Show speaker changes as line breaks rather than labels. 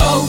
Oh,